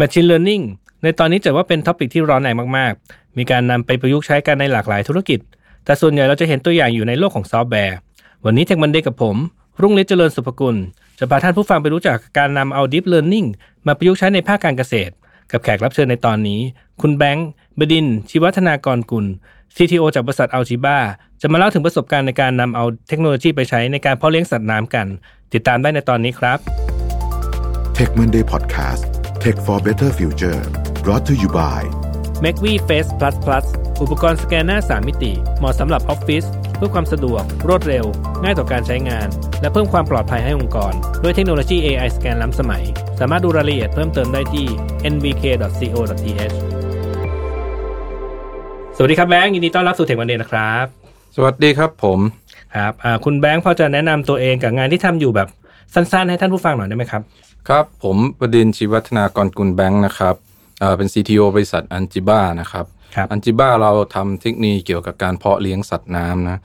Machine Learning ในตอนนี้จะว่าเป็นท็อปิกที่ร้อนแรงมากๆ มีการนำไปประยุกต์ใช้กันในหลากหลายธุรกิจ แต่ส่วนใหญ่เราจะเห็นตัวอย่างอยู่ในโลกของซอฟต์แวร์ วันนี้เทคมันเดย์กับผม รุ่งฤทธิ์เจริญสุภกุล จะพาท่านผู้ฟังไปรู้จักการนำเอา Deep Learning มาประยุกต์ใช้ในภาคการเกษตร กับแขกรับเชิญในตอนนี้ คุณแบงค์บดินทร์ชีวัฒนากรกุล CTO จากบริษัทอัลจิบ้าจะมาเล่าถึงประสบการณ์ในการนำเอาเทคโนโลยีไปใช้ในการเพาะเลี้ยงสัตว์น้ำกัน ติดตามได้ในตอนนี้ครับ Tech Monday Podcast Tech for Better Future brought to you by m a c v i Face Plus Plus อุปกรณ์สแกนหน้า 3 มิติ เหมาะสำหรับออฟฟิศเพื่อความสะดวก รวดเร็ว ง่ายต่อการใช้งาน และเพิ่มความปลอดภัยให้องค์กร ด้วยเทคโนโลยี AI สแกนล้ำสมัย สามารถดูรายละเอียดเพิ่มเติมได้ที่ nvk.co.th สวัสดีครับแบงค์ยินดีต้อนรับสู่เทควันเดย์นะครับ สวัสดีครับผม ครับอ่าคุณแบงค์พอจะแนะนำตัวเองกับงานที่ทำอยู่แบบสั้น ๆ ให้ท่านผู้ฟังหน่อยได้ไหมครับ ครับผมประเด็นชีวัฒนากรกุลแบงค์นะครับเอ่อเป็น CTO บริษัทอันจิบ้านะครับ ครับ อันจิบ้าเราทำเทคนิคเกี่ยวกับการเพาะเลี้ยงสัตว์น้ำนะ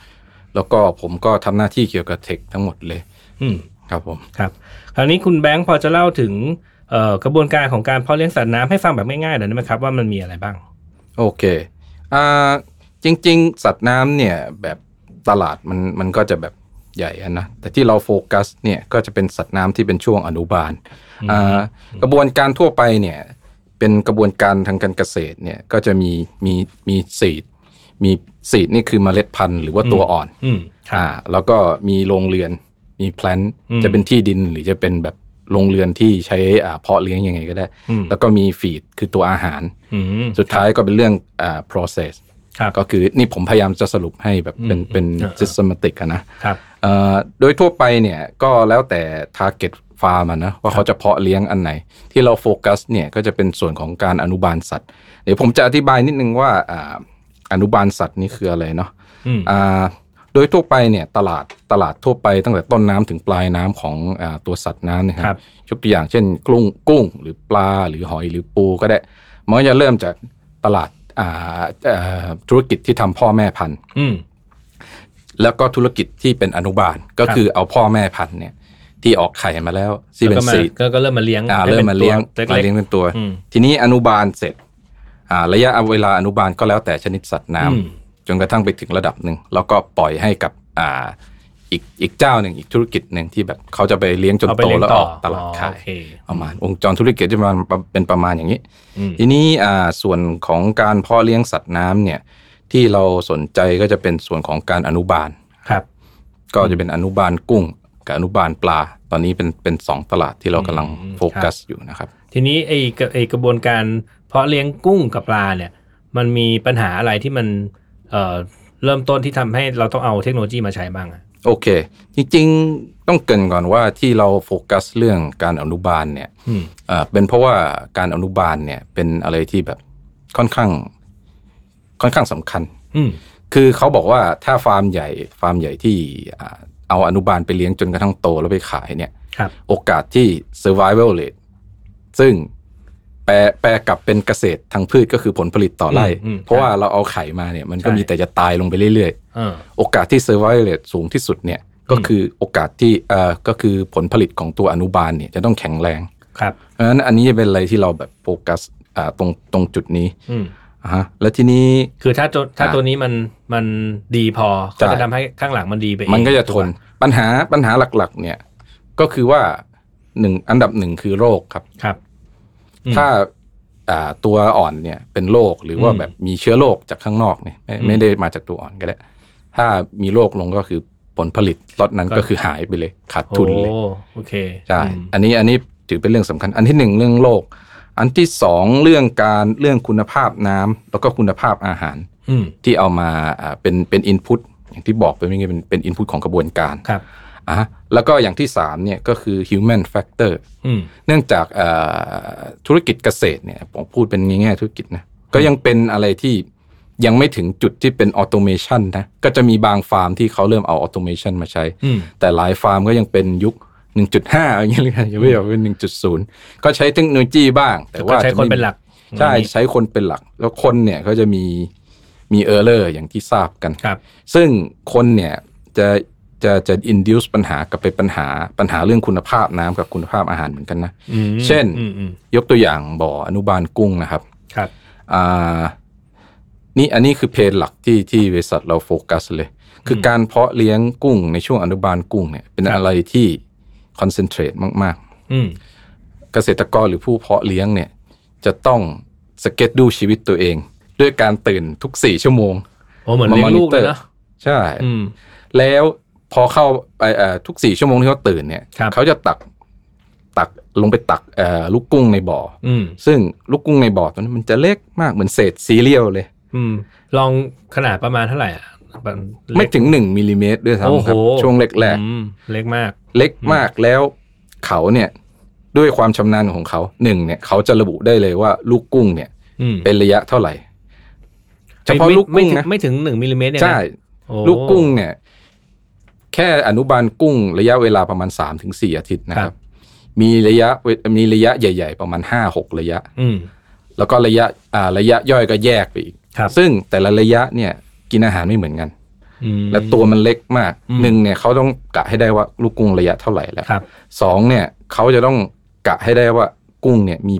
แล้วก็ผมก็ทำหน้าที่เกี่ยวกับเทคทั้งหมดเลย อืม ครับผม ครับคราวนี้คุณแบงค์พอจะเล่าถึงเอ่อกระบวนการของการเพาะเลี้ยงสัตว์น้ำให้ฟังแบบง่ายๆหน่อยได้ไหมครับว่ามันมีอะไรบ้าง โอเคอ่าจริง ๆ สัตว์น้ำเนี่ยแบบตลาดมันมันก็จะแบบใหญ่อะนะ แต่ที่เราโฟกัสเนี่ยก็จะเป็นสัตว์น้ำที่เป็นช่วงอนุบาลอ่ากระบวนการทั่วไปเนี่ยเป็นกระบวนการทางการเกษตรเนี่ยก็จะมีมีมีสีด มีสีดนี่คือเมล็ดพันธุ์หรือว่าตัวอ่อน อืมครับ อ่าแล้วก็มีโรงเรือนมีแพลน อืม จะเป็นที่ดินหรือจะเป็นแบบโรงเรือนที่ใช้อ่าเพาะเลี้ยงยังไงก็ได้ อืม แล้วก็มีฟีดคือตัวอาหาร อืม สุดท้ายก็เป็นเรื่องอ่า process ครับ ก็คือนี่ผมพยายามจะสรุปให้แบบเป็นเป็น เออเออ systematic อะนะครับ เอ่อโดยทั่วไปเนี่ยก็แล้วแต่ target farm อะนะว่าเขาจะเพาะเลี้ยงอันไหน ที่เราโฟกัสเนี่ยก็จะเป็นส่วนของการอนุบาลสัตว์ เดี๋ยวผมจะอธิบายนิดนึงว่าอ่าอนุบาลสัตว์นี่คืออะไรเนาะ อืม อ่าโดยทั่วไปเนี่ยตลาดตลาดทั่วไปตั้งแต่ต้นน้ำถึงปลายน้ำของอาตัวสัตว์น้ำนะคครั รับ บ ยกตัวอย่างเช่นกุ้งกุ้งหรือปลาหรือหอยหรือปูก็ได้มันก็จะเริ่มจากตลาดอ่าเอ่อธุรกิจที่ทำพ่อแม่พันธุ์ อืม แล้วก็ธุรกิจที่เป็นอนุบาลก็คือเอาพ่อแม่พันธุ์เนี่ยที่ออกไข่มาแล้วที่เป็น แล้วก็มา สีด ก็ก็เริ่มมาเลี้ยง อ่า ให้ เริ่ม เป็น มาเลี้ยง ตัวเล็กๆ มาเลี้ยงเป็นตัว อืม ทีนี้อนุบาลเสร็จอ่าระยะเวลาอนุบาลก็แล้วแต่ชนิดสัตว์น้ำ อืม จนกระทั่งไปถึงระดับหนึ่งแล้วก็ปล่อยให้กับอ่าอีกอีกเจ้าหนึ่งอีกธุรกิจหนึ่งที่แบบเขาจะไปเลี้ยงจน เอาไป โต เลี้ยง แล้ว ต่ อ อ อกตลาด อ๋อ ขา โอย เค ประมาณองค์จรธุรกิจจะประมาณเป็นประมาณอย่างนี้ อืม ทีนี้อ่าส่วนของการเพ่อเลี้ยงสัตว์น้ำเนี่ยที่เราสนใจก็จะเป็นส่วนของการอนุบาล ครับ ก็จะเป็นอนุบาลกุ้ง กับอนุบาลปลา ตอนนี้เป็นเป็นสองตลาดที่เรากำลัง อืม โฟกัสอยู่นะครับ ทีนี้ไอ้กระไอ้กระบวนการเพาะเลี้ยงกุ้งกับปลาเนี่ย มันมีปัญหาอะไรที่มันเอ่อเริ่มต้นที่ทำให้เราต้องเอาเทคโนโลยีมาใช้บ้างอะ โอเค จริงๆต้องเกรินก่อนว่าที่เราโฟกัสเรื่องการอนุบาลเนี่ย อืม เอ่อเป็นเพราะว่าการอนุบาลเนี่ยเป็นอะไรที่แบบค่อนข้างค่อนข้างสำคัญ อืม คือเขาบอกว่าถ้าฟาร์มใหญ่ฟาร์มใหญ่ที่อ่าเอาอนุบาลไปเลี้ยงจนกระทั่งโตแล้วไปขายเนี่ย ครับ โอกาสที่ survival rate ซึ่งแปลแปลกลับเป็นเกษตรทางพืชก็คือผลผลิตต่อไร่ อืมอืม เพราะว่าเราเอาไข่มาเนี่ยมันก็ ใช่ มีแต่จะตายลงไปเรื่อย เออ ๆ โอกาสที่ survival rate สูงที่สุดเนี่ยก็ อืม คือโอกาสที่เอ่อก็คือผลผลิตของตัวอนุบาลเนี่ยจะต้องแข็งแรง ครับ เพราะฉะนั้นอันนี้จะเป็นอะไรที่เราแบบโฟกัสอ่าตรงตรงจุดนี้ อืม อ่าฮะแล้วทีนี้ คือถ้าตัวถ้า อ่ะ ตัวนี้มันมันดีพอ ใช่ ก็จะทำให้ข้างหลังมันดีไปเอง มันก็จะทน ถูป ปัญหาปัญหาหลักๆ เนี่ยก็คือว่าหนึ่งอันดับหนึ่งคือโรคครับ ครับ อืม ถ้าอ่าตัวอ่อนเนี่ยเป็นโรคหรือว่า อืม แบบมีเชื้อโรคจากข้างนอกเนี่ยไม่ อืม ไม่ได้มาจากตัวอ่อนก็ได้ถ้ามีโรคลงก็คือผลผลิตล็อตนั้น ก็ ก็คือหายไปเลยขาดทุนเลย โอ้โอเค ใช่ อืม อันนี้อันนี้ถือเป็นเรื่องสำคัญ อันที่หนึ่งเรื่องโรคอันที่สองเรื่องการเรื่องคุณภาพน้ำแล้วก็คุณภาพอาหาร อืม ที่เอามาอ่าเป็นเป็นอินพุตอย่างที่บอกไปเมื่อกี้เป็นเป็นอินพุตของกระบวนการ ครับ อ่ะแล้วก็อย่างที่ 3 เนี่ยก็คือ human factor อืม เนื่องจากเอ่อธุรกิจเกษตรเนี่ยผมพูดเป็นในแง่ธุรกิจนะก็ยังเป็นอะไรที่ยังไม่ถึงจุดที่เป็นออโตเมชันนะก็จะมีบางฟาร์มที่เขาเริ่มเอาออโตเมชันมาใช้ อืม แต่หลายฟาร์มก็ยังเป็นยุค 1.5อย่างเงี้ยเลยนะยังไม่แบบเป็น 1.0 ก็ใช้เทคโนโลยีบ้าง แต่ แต่ว่า ว่า ใช้คน จะไม่ เป็นหลัก ใช่ใช้คนเป็นหลัก แล้วคนเนี่ยก็จะมีมีเออร์เลอร์อย่างที่ทราบกัน ครับ ซึ่งคนเนี่ยจะ จะจะ induce ปัญหากับไปปัญหาปัญหาเรื่องคุณภาพน้ำกับคุณภาพอาหารเหมือนกันนะ อืม เช่น อืมอืม ยกตัวอย่างบ่ออนุบาลกุ้งนะครับ ครับ อ่านี่อันนี้คือเพนหลักที่ที่บริษัทเราโฟกัสเลย คือการเพาะเลี้ยงกุ้งในช่วงอนุบาลกุ้งเนี่ยเป็น ครับ อะไรที่คอนเซนเทรตมาก อืม ๆ เกษตรกรหรือผู้เพาะเลี้ยงเนี่ยจะต้องสเก็ตดูชีวิตตัวเอง ด้วยการตื่นทุกสี่ชั่วโมง โอ้เหมือนเลี้ยงลูกเลยเนอะ ใช่ อืม แล้วพอเข้าไปเอ่อทุกสี่ชั่วโมงที่เขาตื่นเนี่ย ครับ เขาจะตักตักลงไปตักเอ่อลูกกุ้งในบ่อ อืม ซึ่งลูกกุ้งในบ่อตัวนั้นมันจะเล็กมากเหมือนเศษซีเรียลเลย อืมลองขนาดประมาณเท่าไหร่อ่ะแบบเล็ก ไม่ถึงหนึ่งมิลลิเมตรด้วย โอ้โหซ้ำครับ ช่วงแรก อืมเล็กมาก ๆเล็กมากแล้วเขาเนี่ยด้วยความชำนาญของเขาหนึ่งเนี่ยเขาจะระบุได้เลยว่าลูกกุ้งเนี่ย อืม เป็นระยะเท่าไหร่ เฉพาะลูก ไม่ กุ้ง ไม่ นะ ไม่ถึงหนึ่งมิลลิเมตรเนี่ยนะ ใช่ โอ้ ลูกกุ้งเนี่ย แค่อนุบาลกุ้ง ระยะเวลาประมาณ3าถึงสอาทิตย์นะครับ มีระยะเวมีระยะใหญ่ ๆ ประมาณ 5 6 ระยะ อืม แล้วก็ระยะอ่าระยะย่อยก็แยกไปอีก ครับ ซึ่งแต่ละระยะเนี่ย กินอาหารไม่เหมือนกัน อืม และตัวมันเล็กมาก อืม หนึ่งเนี่ยเขาต้องกะให้ได้ว่าลูกกุ้งระยะเท่าไหร่แล้ว ครับ สองเนี่ยเขาจะต้องกะให้ได้ว่ากุ้งเนี่ยมี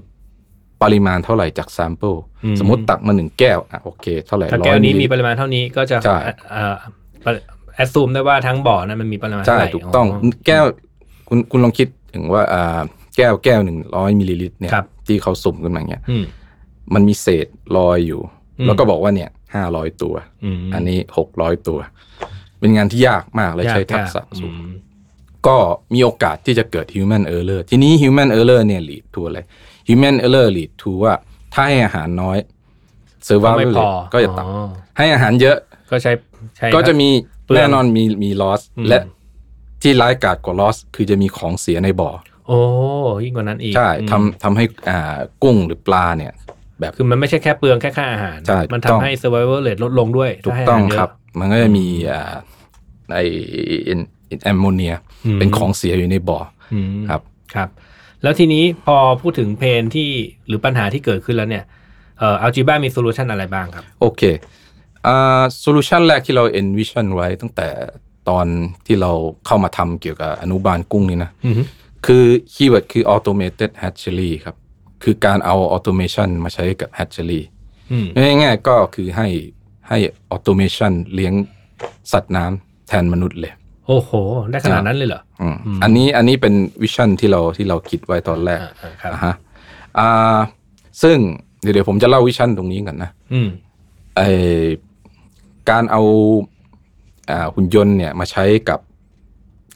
ปริมาณเท่าไหร่จาก sample สมมติตักมาหนึ่งแก้วอ่ะโอเคเท่าไหร่ ถ้า ร้อ แก้ ยว นี้ ลิ มี ลิต ป ร ริมาณเท่านี้ก็จะ ใช่ เอ่อแอดซูมได้ว่าทั้งบ่อนั้นมันมีปริมาณเท่าใช่ไหร่ ถูกต้องแก้วคุณคุณลองคิดถึงว่าอ่าแก้วแก้วหนึ่งร้อยมิลลิลิตรเนี่ย ครับ ที่เขาสุ่มกันมาเนี่ย อืม มันมีเศษลอยอยู่ อืม แล้วก็บอกว่าเนี่ยห้าร้อยตัว อืม อันนี้หกร้อยตัว เป็นงานที่ยากมากและใช้ทักษะ ยาๆ สูง อืม ก็มีโอกาสที่จะเกิด human error ทีนี้ human error เนี่ย lead to อะไร human error lead to ว่าถ้าให้อาหารน้อย ก็ไม่ survival พอ rate ก็จะต่ อ๋อ ำให้อาหารเยอะ ก็ใช้ใช้ ก็จะมี เปลือง แน่นอนมีมี loss อืม และที่ร้ายกาจกว่า loss คือจะมีของเสียในบ่อ โอ้ยิ่งกว่านั้นอีก ใช่ อืม ทำทำให้อ่ากุ้งหรือปลาเนี่ย แบบ คือมันไม่ใช่แค่เปลืองแค่ค่าอาหาร ใช่ มัน ถูกต้อ ทำ ง ให้ survival rate ลดลงด้วย ถูก ถ้าให้า ต้อง หาเยะ ครับ มันก็จะมีอ่าไอแอมโมเนีย อืม เป็นของเสียอยู่ในบ่อ อืม ครับ ครับแล้วทีนี้พอพูดถึงเพนที่หรือปัญหาที่เกิดขึ้นแล้วเนี่ยเอ่ออัลจีบ้ามีโซลูชันอะไรบ้างครับ โอเคอ่าโซลูชันแรกที่เรา envision ไว้ตั้งแต่ตอนที่เราเข้ามาทำเกี่ยวกับอนุบาลกุ้งนี่นะ อือฮึ คือคีย์เวิร์ดคือ automated hatchery ครับ คือการเอา automation มาใช้กับ hatchery อืม ง่ายๆก็คือให้ให้ automation เลี้ยงสัตว์น้ำแทนมนุษย์เลย โอ้โห ได้ขนาดนั้นเลยเหรอ อืมอันนี้อันนี้เป็นวิชั่นที่เราที่เราคิดไว้ตอนแรก อ่าอ่าครับ อ่าฮะอ่าซึ่งเดี๋ยวเดี๋ยวผมจะเล่าวิชั่นตรงนี้กันนะ อืม ไอการเอาอ่าหุ่นยนต์เนี่ยมาใช้กับ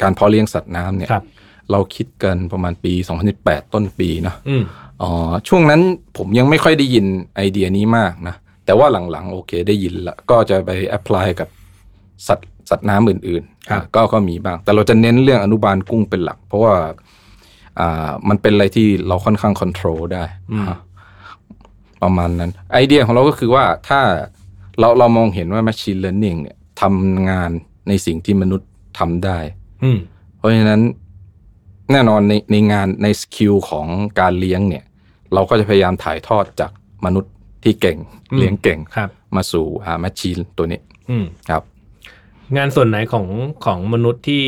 การเพาะเลี้ยงสัตว์น้ำเนี่ย ครับ เราคิดกันประมาณปี 2018 ต้นปีเนาะ อืม อ๋อช่วงนั้นผมยังไม่ค่อยได้ยินไอเดียนี้มากนะ แต่ว่าหลังๆ โอเคได้ยินละก็จะไปแอพพลายกับสัตว์สัตว์น้ำอื่น ครับ ๆก็ก็มีบ้าง แต่เราจะเน้นเรื่องอนุบาลกุ้งเป็นหลัก เพราะว่าอ่ามันเป็นอะไรที่เราค่อนข้างคอนโทรลได้อ่า ประมาณนั้น ไอเดียของเราก็คือว่าถ้าเราเรามองเห็นว่า Machine Learning เนี่ยทำงานในสิ่งที่มนุษย์ทำได้ อืม เพราะฉะนั้นแน่นอนในในงานในสกิลของการเลี้ยงเนี่ย เราก็จะพยายามถ่ายทอดจากมนุษย์ที่เก่ง อืม เลี้ยงเก่ง ครับ มาสู่อ่าแมชชีนตัวนี้ อืม ครับ งานส่วนไหนของของมนุษย์ที่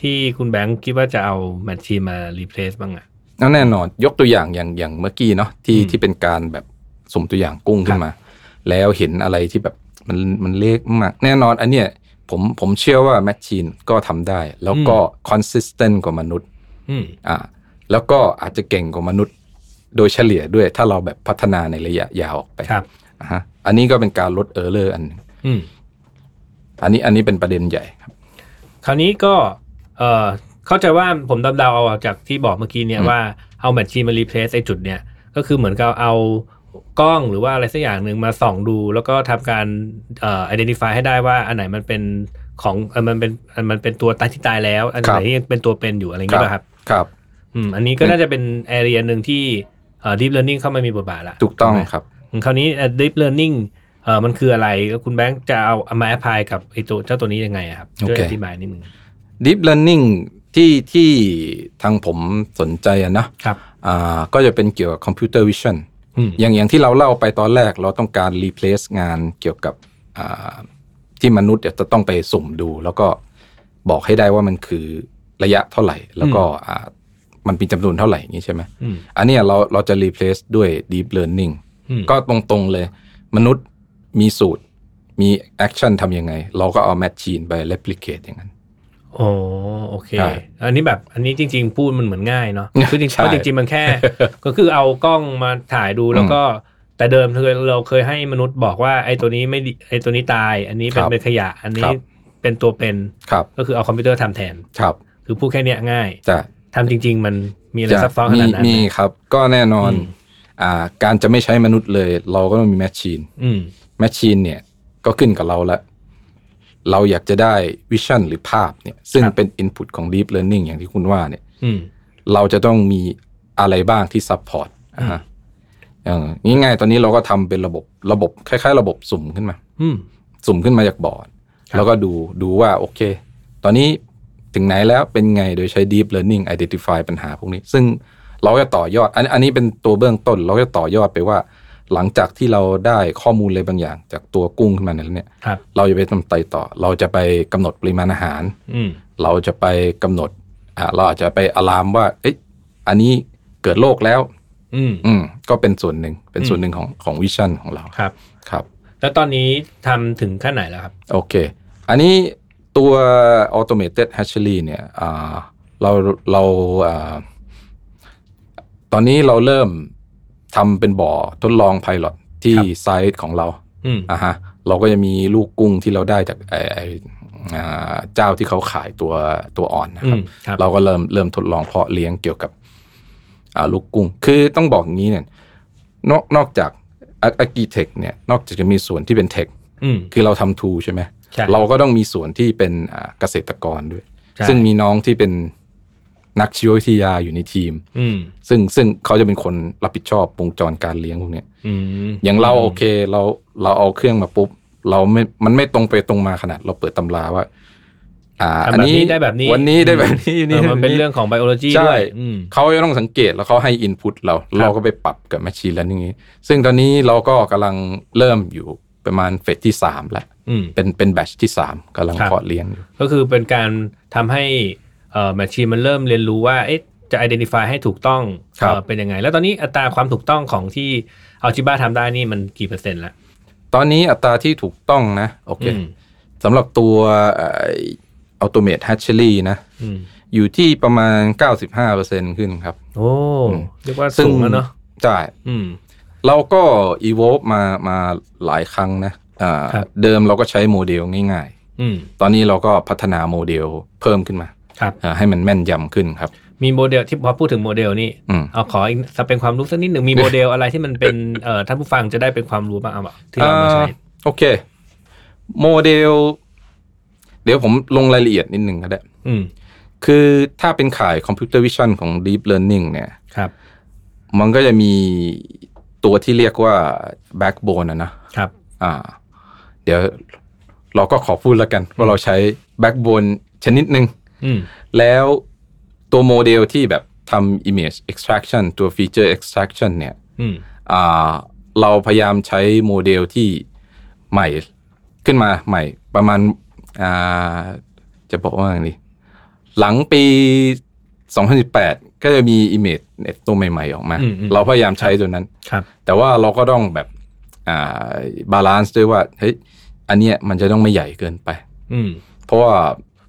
ที่คุณแบงค์คิดว่าจะเอาแมชชีนมารีเพลซบ้างอ่ะ แล้วแน่นอนยกตัวอย่างอย่างอย่างเมื่อกี้เนาะที่ อืม ที่เป็นการแบบสุ่มตัวอย่างกุ้งขึ้นมา แล้วเห็นอะไรที่แบบมันมันเล็กมากแน่นอนอันเนี้ยผมผมเชื่อว่าแมชชีนก็ทำได้ แล้วก็ อื คอนสิสเทนต์กว่ามนุษย์ อืม อ่าแล้วก็อาจจะเก่งกว่ามนุษย์โดยเฉลี่ยด้วยถ้าเราแบบพัฒนาในระยะยาวออกไป ครับ อ่าฮะอันนี้ก็เป็นการลดเออร์เลอร์อันหนึ่ง อืม อันนี้อันนี้เป็นประเด็นใหญ่ครับ คราวนี้ก็เออเข้าใจว่าผมเดาๆเอาจากที่บอกเมื่อกี้เนี่ย อืม ว่าเอาแมชชีนมารีเพลซไอ้จุดเนี่ย ก็คือเหมือนกับเอากล้องหรือว่าอะไรสักอย่างหนึ่งมาส่องดู แล้วก็ทำการเอ่อ identify ให้ได้ว่าอันไหนมันเป็นของเอ่อมันเป็นอันมันเป็นตัวตายที่ตายแล้ว อัน ครั ไหน บ ยังเป็นตัวเป็นอยู่อะไรอย่างเงี้ยป่ะครับ ครับ อืมอันนี้ก็น่าจะเป็นแอเรียหนึ่งที่เอ่อ deep learning เข้ามามีบทบาทละ ถูกต้อง ไหม ครับ อืมคราวนี้เอ่อ deep learning เอ่อมันคืออะไรแล้วคุณแบงค์จะเอาเอามา apply กับไอ้ตัวเจ้าตัวนี้ยังไงอะครับช่วย โอเค อธิบายนิดนึง Deep Learning ที่ที่ทางผมสนใจอะนะ ครับ อ่าก็จะเป็นเกี่ยวกับคอมพิวเตอร์วิชั่น อืม อย่างอย่างที่เราเล่าไปตอนแรกเราต้องการ replace งานเกี่ยวกับอ่าที่มนุษย์จะต้องไปสุ่มดู แล้วก็ บอกให้ได้ว่ามันคือระยะเท่าไหร่ แล้วก็อ่ามันเป็นจำนวนเท่าไหร่อย่างนี้ใช่ไหม อืม อันเนี้ยเราเราจะ replace ด้วย deep learning อืม ก็ตรงๆเลย มนุษย์มีสูตร มี action ทำยังไง เราก็เอา machine ไป replicate อย่างนั้น โอ้โอเค ใช่ อันนี้แบบอันนี้จริง ๆ พูดมันเหมือนง่าย เนาะคือจริงๆ ใช่ เพราะจริงๆมันแค่ ก็คือเอากล้องมาถ่ายดูแล้วก็ แต่เดิมเคยเราเคยให้มนุษย์บอกว่าไอ้ตัวนี้ไม่ดีไอ้ตัวนี้ตาย อันนี้เป็น ครับ เป็นขยะ อัน ค นี้ รับ เป็นตัวเป็น ครับ ก็คือเอาคอมพิวเตอร์ทำแทน ครับ คือพูดแค่เนี้ยง่าย จะ ทำจริง ๆ มันมีอะไร จะ ซับซ้อนข มี นาดนั้น มี ไหม ครับ ก็แน่นอนอ่าการจะไม่ใช้มนุษย์เลย เราก็ต้องมี machine อืม แมชชีนเนี่ยก็ขึ้นกับเราละ เราอยากจะได้วิชั่นหรือภาพเนี่ย ซึ่ง ครับ เป็น Input ของ Deep Learning อย่างที่คุณว่าเนี่ย อืม เราจะต้องมีอะไรบ้างที่ซัพพอร์ตอ่าฮะอย่างง่ายๆตอนนี้เราก็ทำเป็นระบบระบบคล้ายๆ ระบบสุ่มขึ้นมา อืม สุ่มขึ้นมาจากบอร์ด ครับ แล้วก็ดูดูว่าโอเค ตอนนี้ถึงไหนแล้วเป็นไงโดยใช้ Deep Learning Identify ปัญหาพวกนี้ ซึ่งเราจะต่อยอด อันอันนี้เป็นตัวเบื้องต้น เราจะต่อยอดไปว่า หลังจากที่เราได้ข้อมูลอะไรบางอย่าง จากตัวกุ้งขึ้นมาแล้วเนี่ย ครับ เราจะไปทำไตต่อ เราจะไปกำหนดปริมาณอาหาร อืม เราจะไปกำหนดอ่าเราอาจจะไปอะลามว่า เอ๊ะอันนี้เกิดโรคแล้ว อืม อืมก็เป็นส่วนหนึ่งเป็นส่วนหนึ่งของของวิชั่นของเรา ครับ ครับ แล้วตอนนี้ทำถึงขั้นไหนแล้วครับ โอเค อันนี้ตัว automated hatchery เนี่ยอ่าเราเราอ่าตอนนี้เราเริ่มทำเป็นบ่อทดลองไพลอตที่ ครับ ไซต์ของเรา อืม อ่ะฮะ เราก็จะมีลูกกุ้งที่เราได้จากไอไอ้อ่าเจ้าที่เขาขายตัวตัวอ่อนนะ อื ครับ ม ครับ เราก็เริ่มเริ่มทดลองเพาะเลี้ยงเกี่ยวกับอ่าลูกกุ้ง คือต้องบอกอย่างนี้เนี่ย นอกนอกจากอากีเทคเนี่ย นอกจากจะมีส่วนที่เป็นเทค อืม คือเราทำทูใช่ไหม ใช่ เราก็ต้องมีส่วนที่เป็นอ่าเกษตรกรด้วย ใช่ ซึ่งมีน้องที่เป็นนักชีววิทยาอยู่ในทีม อืม ซึ่งซึ่งเขาจะเป็นคนรับผิดชอบวงจรการเลี้ยงพวกเนี้ย อืม อย่างเราโอเค เราเราเอาเครื่องมาปุ๊บ เราไม่ มันไม่ตรงไปตรงมาขนาด เราเปิดตำราว่า อ่า ทำแบบ อันนี้ นี้ได้แบบนี้ วันนี้ได้แบบนี้ เออมันเป็นเรื่องของไบโอโลจี ใช่ ด้วยอืม เขาจะต้องสังเกตแล้วเขาให้อินพุตเรา เราก็ไปปรับกับแมชชีนแล้วอย่างนี้ ซึ่งตอนนี้เราก็กำลังเริ่มอยู่ประมาณเฟสที่สามแล้ว อืม เป็นเป็นแบตชที่สามกำลัง ครับ เพาะเลี้ยงอยู่ ก็คือเป็นการทำให้เอ่อแมชชีนมันเริ่มเรียนรู้ว่าเอ๊ะจะ identify ให้ถูกต้อง ครับ เอ่อเป็นยังไง แล้วตอนนี้อัตราความถูกต้องของที่เอาชิบ้าทำได้นี่มันกี่เปอร์เซ็นต์ละ ตอนนี้อัตราที่ถูกต้องนะ โอเค อืม สำหรับตัวอัตโนมัติฮัชเชอรี่นะ อืม อยู่ที่ประมาณ 95%ขึ้นครับ โอ้ อืม เรียกว่าสูงแล้วเนาะ ใช่ อืม เราก็ evolve มามาหลายครั้งนะอ่า ครับ เดิมเราก็ใช้โมเดลง่าย อืม ๆ ตอนนี้เราก็พัฒนาโมเดลเพิ่มขึ้นมา ครับ อ่าให้มันแม่นยำขึ้นครับ มีโมเดลที่พอพูดถึงโมเดลนี่ อืม เอาขออีกสเป็นความรู้สักนิดหนึ่งมีโมเดลอะไรที่มันเป็นเอ่อท่านผู้ฟังจะได้เป็นความรู้บ้างเอาบอกที่เรามาใช้ อ่าโอเค โมเดล เดี๋ยวผมลงรายละเอียดนิดหนึ่งก็ได้ อืม คือถ้าเป็นข่ายคอมพิวเตอร์วิชั่นของ Deep Learning เนี่ย ครับ มันก็จะมีตัวที่เรียกว่า Backbone อะนะ ครับ อ่า เดี๋ยวเราก็ขอพูดแล้วกัน ว่าเราใช้ Backbone ชนิดหนึ่ง อืม แล้วตัวโมเดลที่แบบทำ Image Extraction ตัว Feature Extraction เนี่ย อืม อ่า เราพยายามใช้โมเดลที่ใหม่ขึ้นมาใหม่ ประมาณ อ่า จะบอกว่าไงดีหลังปี 2018 ก็จะมี Image ตัวใหม่ๆออกมา เราพยายามใช้ตัวนั้น ครับ แต่ว่าเราก็ต้องแบบ อ่า บาลานซ์ด้วยว่า เฮ้ย อันเนี้ยมันจะต้องไม่ใหญ่เกินไป อืม เพราะว่า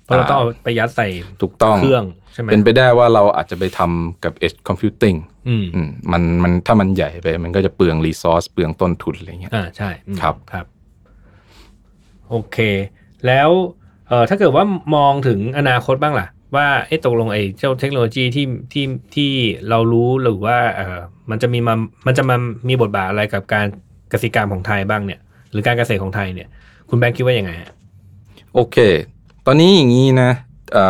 เพราะเราต้องเอาไปยัดใส่ ถูกต้อง เครื่องใช่ไหม เป็นไปได้ว่าเราอาจจะไปทำกับ Edge Computing อืม อืมมันมันถ้ามันใหญ่ไป มันก็จะเปลืองรีซอสเปลืองต้นทุนอะไรเงี้ย อ่าใช่อืม ครับ ครับ โอเค แล้วเอ่อถ้าเกิดว่ามองถึงอนาคตบ้างล่ะ ว่าไอ้ตกลงไอ้เจ้าเทคโนโลยีที่ที่ที่เรารู้หรือว่าเออมันจะมีมามันจะมามีบทบาทอะไรกับการกสิกรรมของไทยบ้างเนี่ย หรือการเกษตรของไทยเนี่ย คุณแบงค์คิดว่ายังไงฮะ โอเค ตอนนี้อย่างนี้นะเอ่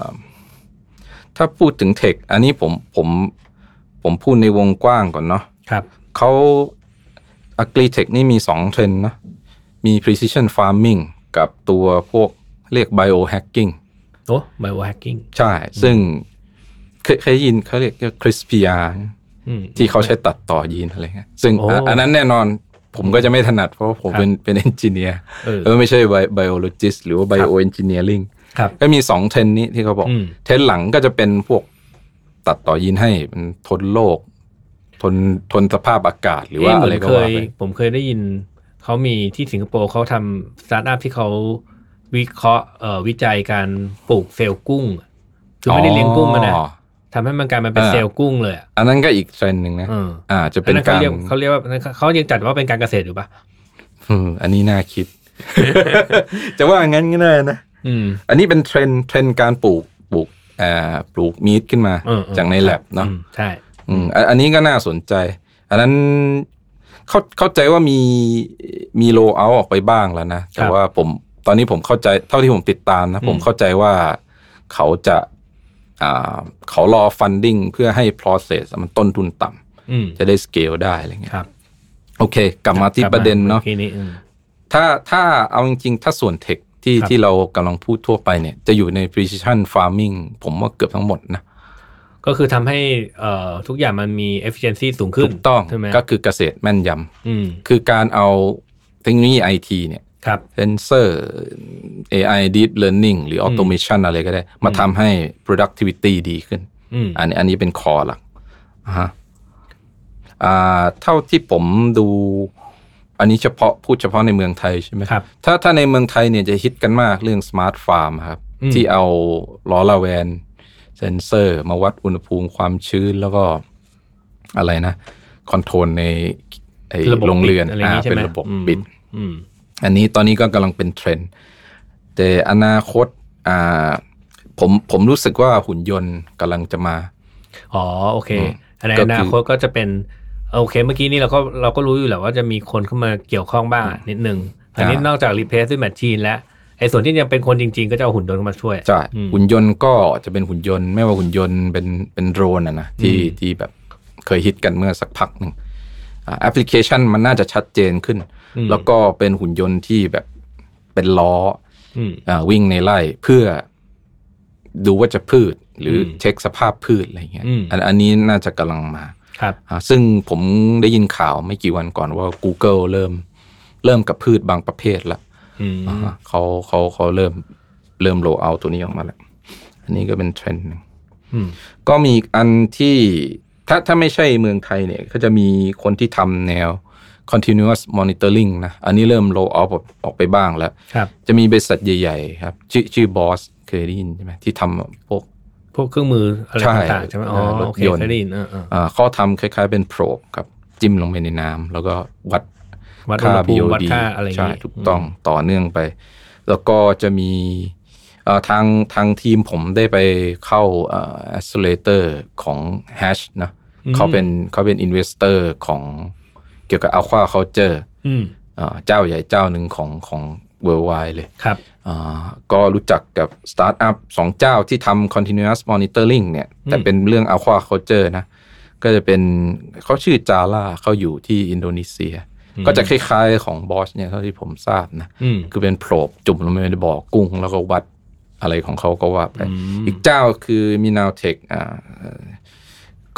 อถ้าพูดถึงเทค อันนี้ผมผมผมพูดในวงกว้างก่อนเนาะ ครับ เขาอ g r i t e c h นี่มีสองเทรนด์เนอะมี precision farming กับตัวพวกเรียก biohacking โอ้ไบโอแฮกกิ้ง ใช่ ซึ่งเคยเคยได้ยินเขาเรียก CRISPR อืม ที่เขาใช้ตัดต่อยีนอะไรเงี้ย ซึ่ง โอ้ อันอันนั้นแน่นอนผมก็จะไม่ถนัดเพราะว่าผม ครับ เป็นเป็นเอนจิเนียร์ เออ เออไม่ใช่ไบโอโลจิสหรือว่าไบโอเอนจิเนียริง ครับ ก็มีสองเทรนด์นี้ที่เขาบอก อืม เทรนด์หลังก็จะเป็นพวกตัดต่อยีนให้มันทนโรคทนทนสภาพอากาศหรือว่า เะ อะไร เหมืน ก็ เค ว่าย ไป ผมเคยได้ยินเขามีที่สิงคโปร์เขาทำสตาร์ทอัพที่เขาวิเคราะห์เอ่อวิจัยการปลูกเซลล์กุ้งอะคือไม่ได้เลี้ยงกุ้งมันนะ อ๋อ ทำให้มันกลายมาเป็น เออ เซลล์กุ้งเลยอะ อันนั้นก็อีกเทรนด์หนึ่งนะ เออ อ่า จะ อั เป็น น นั้น กา เขา ร เรียกเขาเรียกว่าเขายังจัดว่าเป็นการเกษตรอยู่ปะ อืมอันนี้น่า คิด จะว่างั้นก็ได้นะ อืม อันนี้เป็นเทรนด์เทรนด์การปลูกปลูกเอ่อปลูกมีดขึ้นมา เออเออ จากในแลบเนาะ อืมใช่ อืมอันอันนี้ก็น่าสนใจ อันนั้นเข้าเข้าใจว่ามีมีโลเอาออกไปบ้างแล้วนะ ค แต่ รับ ว่าผมตอนนี้ผมเข้าใจเท่าที่ผมติดตามนะ ผม อืม เข้าใจว่าเขาจะอ่าเขารอฟันดิ้งเพื่อให้ process มันต้นทุนต่ อืม ำจะได้ scale ได้อะไรเงี้ย ครับ โอเค กลับมาที่ประเด็นเนาะ กลับมมื่อกี้นี้อืม ถ้าถ้าเอาจริงๆ ถ้าส่วนเทคที่ ครับ ที่เรากำลังพูดทั่วไปเนี่ย จะอยู่ใน precision farming ผมว่าเกือบทั้งหมดนะ ก็คือทำให้เอ่อทุกอย่างมันมี efficiency สูงขึ้น ถูกต้อง ใช่ไหม ก็คือเกษตรแม่นย อืม ำคือการเอาเทคโนโลยีไอทีเนี่ย ครับ sensor AI deep learning หรือ automation อะไรก็ได้ มาทำให้ productivity ดีขึ้น อืม อันนี้อันนี้เป็นคอหลักอ่าฮะอ่าเท่าที่ผมดู อันนี้เฉพาะพูดเฉพาะในเมืองไทยใช่ไหม ครับ ถ้าถ้าในเมืองไทยเนี่ยจะฮิตกันมากเรื่องสมาร์ทฟาร์มครับ อืม ที่เอาล้อลาแวนเซนเซอร์ มาวัดอุณหภูมิความชื้นแล้วก็อะไรนะ คอนโทรลในไอ้ ระบบ โรงเรือน ปิดอะไรอย่างงี้ใช่ เป็ ไหม นระบบ อืม ปิด อืม อันนี้ตอนนี้ก็กำลังเป็นเทรนด์แต่อนาคตอ่าผมผมรู้สึกว่าหุ่นยนต์กำลังจะมา อ๋อโอเค อืม อันใน ก็คือ อ นาคตก็จะเป็นโอเค เมื่อกี้นี้เราก็เราก็รู้อยู่แหละว่าจะมีคนเข้ามาเกี่ยวข้องบ้างอะนิดนึงอันนี้นอกจากรีเพ e ด้วยแมชชีนแล้วไอ้ส่วนที่ยังเป็นคนจริง ๆ ก็จะเอาหุ่นยนต์เข้ามาช่วย ใช่ อืม หุ่นยนต์ก็จะเป็นหุ่นยนต์ ไม่ว่าหุ่นยนต์เป็นเป็นโดรนอะนะที่ อืม ที่แบบเคยฮิตกันเมื่อสักพักหนึ่งแอปพลิเคชันมันน่าจะชัดเจนขึ้น แล้วก็เป็นหุ่นยนต์ที่แบบเป็นล้อ อืม อาวิ่งในไร่เพื่อดูว่าจะพืช หรืออ ม เช็คสภาพพืชอะไรเงี้ย อืม อันอันนี้น่าจะกำลังมา ครับ อ่าซึ่งผมได้ยินข่าวไม่กี่วันก่อนว่า Google เริ่มเริ่มกับพืชบางประเภทแล้ว อืม อ่าฮะเขาเขาเขาเริ่มเริ่มโลเอาตัวนี้ออกมาแล้ว อันนี้ก็เป็นเทรนด์หนึ่ง อืม ก็มีอีกอันที่ถ้าถ้าไม่ใช่เมืองไทยเนี่ยก็จะมีคนที่ทำแนว continuous monitoring นะ อันนี้เริ่มโลเอาออกไปบ้างแล้ว ครับ จะมีบริษัทใหญ่ ๆ ครับ ชื่อชื่อบอสเคยได้ยินใช่ไหมที่ทำพวก พวกเครื่องมืออะไร ใช่ ต่างๆใช่ไหมอ๋อ เออรถ โอเค ยนต์ เคยได้ยินเออเออ อ่าเขาทำคล้ายๆเป็นโพรบครับ จิ้มลงไปในน้ำแล้วก็วัด วัดอุ ค่า ณหภูมิ BOD วัดค่าอะไรอย่าง ใช่ งี้ ถูกต้องต่อเนื่องไป แล้วก็จะมีเอ่อทางทางทีมผมได้ไปเข้าเอ่อ accelerator ของ Hash นะ อืม เขาเป็นเขาเป็น investor ของเกี่ยวกับ Alpha Culture อืม เอ่อเจ้าใหญ่เจ้าหนึ่งของของ worldwide เลย ครับ เอ่อก็รู้จักกับ Startup สองเจ้าที่ทำ continuous monitoring เนี่ยแต่เป็นเรื่อง Alpha Culture นะก็จะเป็นเขาชื่อจาร่าเขาอยู่ที่อินโดนีเซีย ก็จะคล้ายๆของบอสเนี่ยเท่าที่ผมทราบนะ อืม คือเป็นโผลบจุ่มลงไปในบ่อกุ้ง แล้วก็วัดอะไรของเขาก็ว่าไป อืม อีกเจ้าคือมินาวเทคอ่าเอ่อ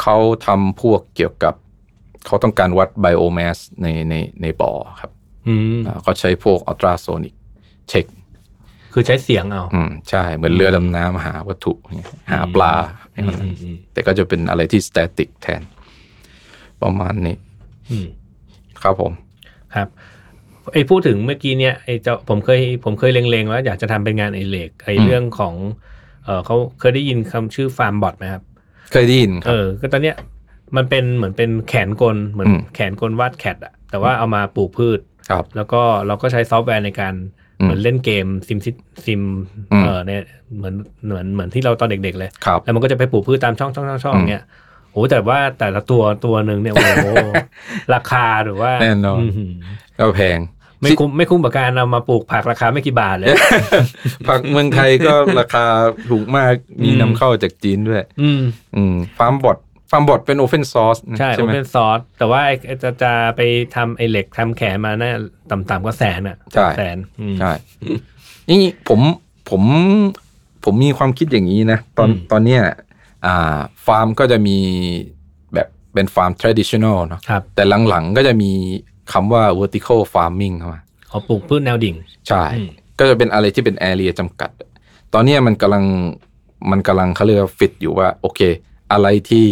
เขาทำพวกเกี่ยวกับ เขาต้องการวัดไบโอแมสในในในบ่อครับ อืม อ่าเขาใช้พวกอัลตราโซนิกเช็ค คือใช้เสียงเอา อืมใช่ เหมือนเรือดำน้ำหาวัตถุเนี่ยหาปลา อืมอืมอืม แต่ก็จะเป็นอะไรที่สแตติกแทน ประมาณนี้ อืม ครับผม ครับไอ้พูดถึงเมื่อกี้เนี่ยไอ้เจ้าผมเคยผมเคยเล็งๆว่าอยากจะทำเป็นงานไอเล็กไอ้ อืม เรื่องของเออเขาเคยได้ยินคำชื่อฟาร์มบอทไหมครับ เคยได้ยินค เอ รับ อก็ตอนเนี้ยมันเป็นเหมือนเป็นแขนกลเหมือน อืม แขนกลวาดแคทอะแต่ว่าเอามาปลูกพืช ครับ แล้วก็เราก็ใช้ซอฟต์แวร์ในการ อืม เหมือนเล่นเกมซิมซิม อืม เออเนี่ยเหมือนเหมือนเหมือนที่เราตอนเด็กๆเลย ครับ แล้วมันก็จะไปปลูกพืชตามช่องช่องช่องช่องเนี้ยโอ้แต่ว่าแต่ละตัวตัวหนึ่งเนี่ยโอ้โห ราคาหรือว่า แน่นอน หือ ก็แพง ไม่คุ้มไม่คุ้มกับการเอามาปลูกผักราคาไม่กี่บาทเลย ผักเมืองไทยก็ ราคาถูกมาก มี อืม นำเข้าจากจีนด้วย อืม อืมฟาร์มบอทฟาร์มบอทเป็นโอเพนซอร์ส ใช่ผม ไหม เป็นซอส แต่ว่าไอ้ไอ้จะจะไปทำไอ้เหล็กทำแขนมาเนี่ยต่ำๆก็แสนอ่ะ ใช่ แสนอืม ใช่ นี่ผมผมผมมีความคิดอย่างนี้นะ ตอน อืม ตอนเนี้ยอ่าฟาร์มก็จะมีแบบเป็นฟาร์ม traditional เนาะ ครับ แต่หลังๆก็จะมีคำว่า vertical farming เข้ามา เอาปลูกพืชแนวดิ่ง ใช่ อืม ก็จะเป็นอะไรที่เป็นแอเรียจำกัด ตอนเนี้ยมันกำลังมันกำลังเขาเรียกฟิตอยู่ว่า โอเค อะไรที่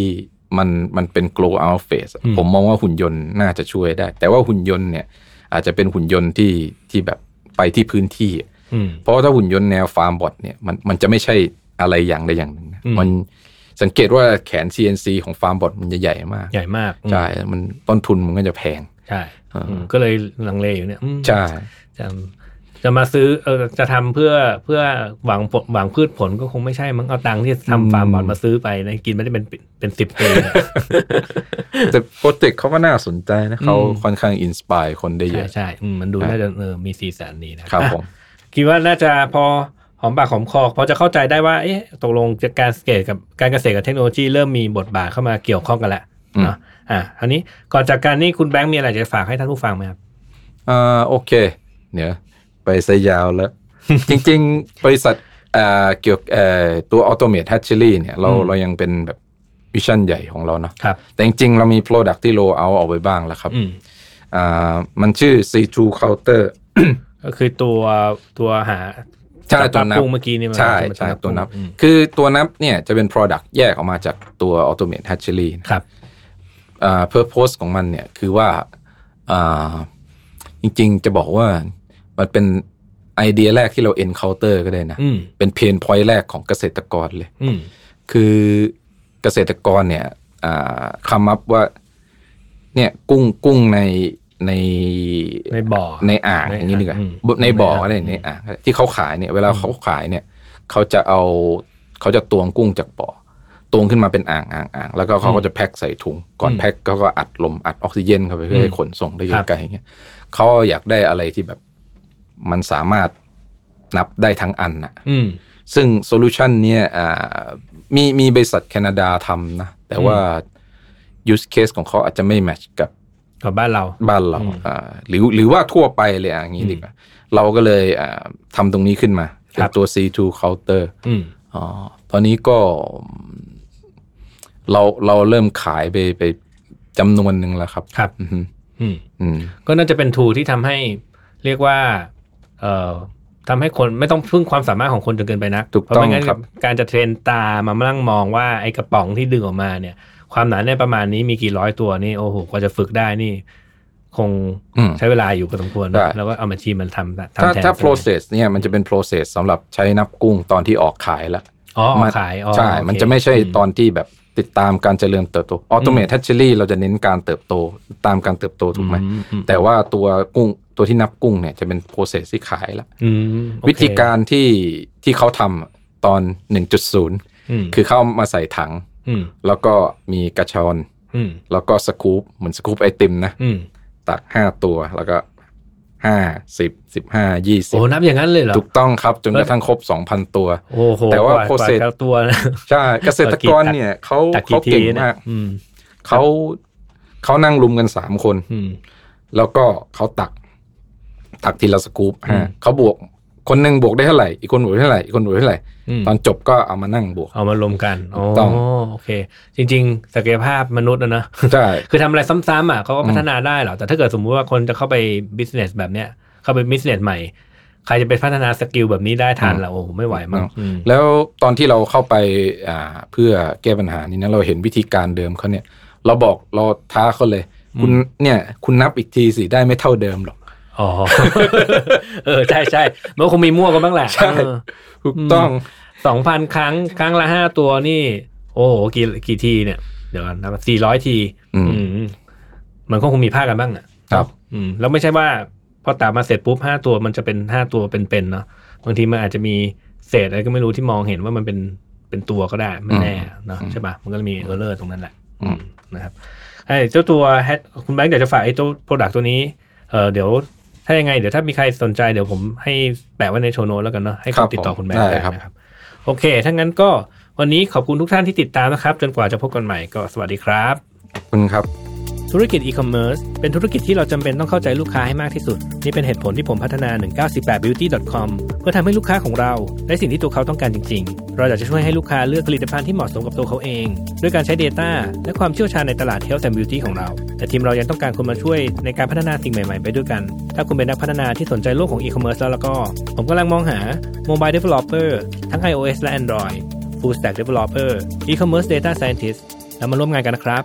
มันมันเป็น grow out phase อะ อืม ผมมองว่าหุ่นยนต์น่าจะช่วยได้ แต่ว่าหุ่นยนต์เนี่ย อาจจะเป็นหุ่นยนต์ที่ที่แบบไปที่พื้นที่อะ อืม เพราะว่าถ้าหุ่นยนต์แนวฟาร์มบอทเนี่ยมันมันจะไม่ใช่อะไรอย่างใดอย่างหนึ่งนะ อืม มันสังเกตว่าแขน CNC ของฟาร์มบอทมันจะใหญ่มาก ใหญ่มากอืม ใช่มันต้นทุนมันก็จะแพง ใช่ อ่า อืมก็เลยลังเลอยู่เนี่ยอืม ใช่ จะจะมาซื้อเออจะทำเพื่อเพื่อหวังผลหวังพืชผลก็คงไม่ใช่มั้งเอาตังค์ที่ อืม ทำฟาร์มบอลมาซื้อไปนะกินไม่ได้เป็นเป็นสิบปี แต่โปรเจกต์เขาก็น่าสนใจนะเขา อืม ค่อนข้างอินสปายคนได้เย ใช่ อะ ใช่อืมมันดู ครับ น่าจะเออมีสีสันดีนะครับ อ่ะ ผม คิดว่าน่าจะพอหอมปากหอมคอพอจะเข้าใจได้ว่าเอ๊ะตกลงจากการเกษตรกับการเกษตรกับเทคโนโลยีเริ่มมีบทบาทเข้ามาเกี่ยวข้องกันแล้วเนาะอ่ะอันนี้ก่อนจากการนี่คุณแบงค์มีอะไรจะฝากให้ท่านผู้ฟังไหมครับ อ่าโอเคเนี่ยไปซะยาวแล้ว จริงๆ บริษัทอ่าเกี่ยวกับเอ่อตัว Automate Hatchery เนี่ยเรา อืม เรายังเป็นแบบวิชั่นใหญ่ของเราเนาะ ครับ แต่จริงๆ เรามี Product ที่โลเอาออกไปบ้างแล้วครับ อืม อ่ามันชื่อ C2 Counter ก็คือตัวตัวหา ใช่ตัวนับ ปรุงเมื่อกี้นี่มัน ใช่ มัน ใช่ ปรุง ตัวนับ อืม คือตัวนับเนี่ยจะเป็น Product แยกออกมาจากตัว Automate Hatchery นะครับ อ่า Purpose ของมันเนี่ยคือว่าอ่าจริงๆ จะบอกว่ามันเป็นไอเดียแรกที่เรา encounter ก็ได้นะ อืม เป็นเพนพอยต์แรกของเกษตรกรเลย อืม คือเกษตรกรเนี่ยคำมับว่าเนี่ยกุ้งกุ้งในใน ในบ่อ ในอ่างอย่างนี้ดีกว่า อืม ในบ่อ ในอ่าง อะไรในอ่างที่เขาขายเนี่ยเวลาเขาขายเนี่ยเขาจะเอาเขาจะตวงกุ้งจากบ่อตวงขึ้นมาเป็นอ่างอ่างอ่างแล้วก็เขาก็จะแพ็คใส่ถุง ก่อนแพ็คเขาก็อัดลมอัดออกซิเจนเข้าไปเพื่อให้ขนส่งได้ไกลๆอย่างเงี้ยเขาอยากได้อะไรที่แบบมันสามารถนับได้ทั้งอันน่ะ อืม ซึ่งโซลูชันเนี่ยอ่ามีมีบริษัทแคนาดาทำนะ แต่ว่า use case ของเขาอาจจะไม่แมทช์กับ กับบ้านเรา บ้านเรา อืม อ่าหรือหรือว่าทั่วไปเลยอะอย่างนี้ดีกว่า เราก็เลยอ่าทำตรงนี้ขึ้นมาเป็ ครั น บ ตัว C2 counter อืม อ๋อตอนนี้ก็เราเราเริ่มขายไปไปจำนวนหนึ่งแล้วครับ ครับ อือฮึ อืม อืม ก็น่าจะเป็นทูที่ทำให้เรียกว่า เอ่อทำให้คนไม่ต้องพึ่งความสามารถของคนจนเกินไปนะ ถูก เพราะไม่งั้น ต้องครับ การจะเทรนตามานั่งมองว่าไอ้กระป๋องที่ดึงออกมาเนี่ย ความหนาแน่นประมาณนี้มีกี่ร้อยตัวนี่โอ้โหกว่าจะฝึกได้นี่ คง อืม ใช้เวลาอยู่พอสมควร ได้ แล้วก็เอามาชีนมันทำ ถ้า ทำแทนใช่ถ้าไหม process เนี่ยมันจะเป็น process สำหรับใช้นับกุ้งตอนที่ออกขายแล้ว อ๋อออก มัน ขายอ๋อ ใช่ โอเค มันจะไม่ใช่ตอนที่แบบติดตามการเจริญเติบโต ออโตเมทแทชเชอรี่เราจะเน้นการเติบโตตามการเติบโตถูกไหม อือื แต่ว่าตัวกุ้งตัวที่นับกุ้งเนี่ยจะเป็นโปรเซสที่ขายละ อืมโอเค วิธีการที่ที่เขาทำตอน 1.0 อืม คือเข้ามาใส่ถัง อืม แล้วก็มีกระชอน อืม แล้วก็สกูปเหมือนสกูปไอติมนะ อืม ตัก 5 ตัวแล้วก็ 5 10 15 โอ้ 20 นับอย่างนั้นเลยเหรอ ถูกต้องครับจน เอ้ย กระทั่งครบ 2,000 ตัว โอ้โห แต่ว่าก ก process จะตัวนะ ใช่เกษตรกร ตัด เนี่ยเขา ตัก เขา กี่ที เก่ง เนี่ย มาก อืม เขาเขานั่งลุมกันสามคน อืม แล้วก็เขาตัก ตักทีละสกู๊ป อืม ฮะเขาบวก คนหนึ่งบวกได้เท่าไหร่ อีกคนบวกได้เท่าไหร่อีกคนบวกได้เท่าไหร่ ม ตอนจบก็เอามานั่งบวก เอามารวมกันอ๋อ ถูกต้อง โอเค จริง ๆ ศักยภาพมนุษย์นะนะ ใช่ คือทำอะไรซ้ำๆอ่ะเขาก็ อืม พัฒนาได้หรอกแต่ถ้าเกิดสมมุติว่าคนจะเข้าไปบิสเนสแบบเนี้ย เข้าไปบิสเนสใหม่ ใครจะไปพัฒนาสกิลแบบนี้ได้ทันล่ะโอ้โหไม่ไหวมั้งอืม แล้วตอนที่เราเข้าไปอ่าเพื่อแก้ปัญหานี้นะเราเห็นวิธีการเดิมเขาเนี่ย เราบอกเราท้าเขาเลย คุณเนี่ย คุณนับอีกทีสิได้ไม่เท่าเดิมหรอก อ๋อ เออใช่ใช่มันก็คงมีมั่วกันบ้างแหละ ใช่ เออ ถูกต้อง สองพันครั้งครั้งละห้าตัวนี่ โอ้โหกี่กี่ทีเนี่ย เดี๋ยวนะสี่ร้อยที อืม อืมมันก็คงมีภาคกันบ้างอ่ะ ครับ อืมแล้วไม่ใช่ว่า พอตามมาเสร็จปุ๊บห้าตัวมันจะเป็นห้าตัวเป็นๆเนาะบางทีมันอาจจะมีเศษอะไรก็ไม่รู้ที่มองเห็นว่ามันเป็นเป็นตัวก็ได้ไม่แน่เนาะใช่ปะมันก็เลยมีเออร์เลอร์ตรงนั้นแหละ อืมนะครับไอ้เจ้าตัวแฮชคุณแบงค์เดี๋ยวจะฝากไอ้ตัวโปรดักตัวนี้เออเดี๋ยว ถ้ายังไง เดี๋ยวถ้ามีใครสนใจเดี๋ยวผมให้แปะไว้ในโชว์โน้ตแล้วกันเนาะให้ ครั เขา บ ติดต่อ ผม คุณแบงค์ ได้ ได้ ครับ นะครับ โอเค ถ้างั้นก็วันนี้ขอบคุณทุกท่านที่ติดตามนะครับ จนกว่าจะพบกันใหม่ก็สวัสดีครับ ขอบคุณครับ ธุรกิจอีคอมเมิร์ซเป็นธุรกิจที่เราจำเป็นต้องเข้าใจลูกค้าให้มากที่สุด นี่เป็นเหตุผลที่ผมพัฒนา 198 beauty com เพื่อทำให้ลูกค้าของเราได้สิ่งที่ตัวเขาต้องการจริง ๆ เราอยากจะช่วยให้ลูกค้าเลือกผลิตภัณฑ์ที่เหมาะสมกับตัวเขาเอง ด้วยการใช้ Data และความเชี่ยวชาญในตลาด Health and Beauty ของเรา แต่ทีมเรายังต้องการคนมาช่วยในการพัฒนาสิ่งใหม่ๆ ไปด้วยกัน ถ้าคุณเป็นนักพัฒนาที่สนใจโลกของ e-commerce แล้วแล้วก็ ผมกำลังมองหา mobile developer ทั้ง iOS และ Android full stack developer e-commerce data scientist แล้วมาร่วมงานกันนะครับ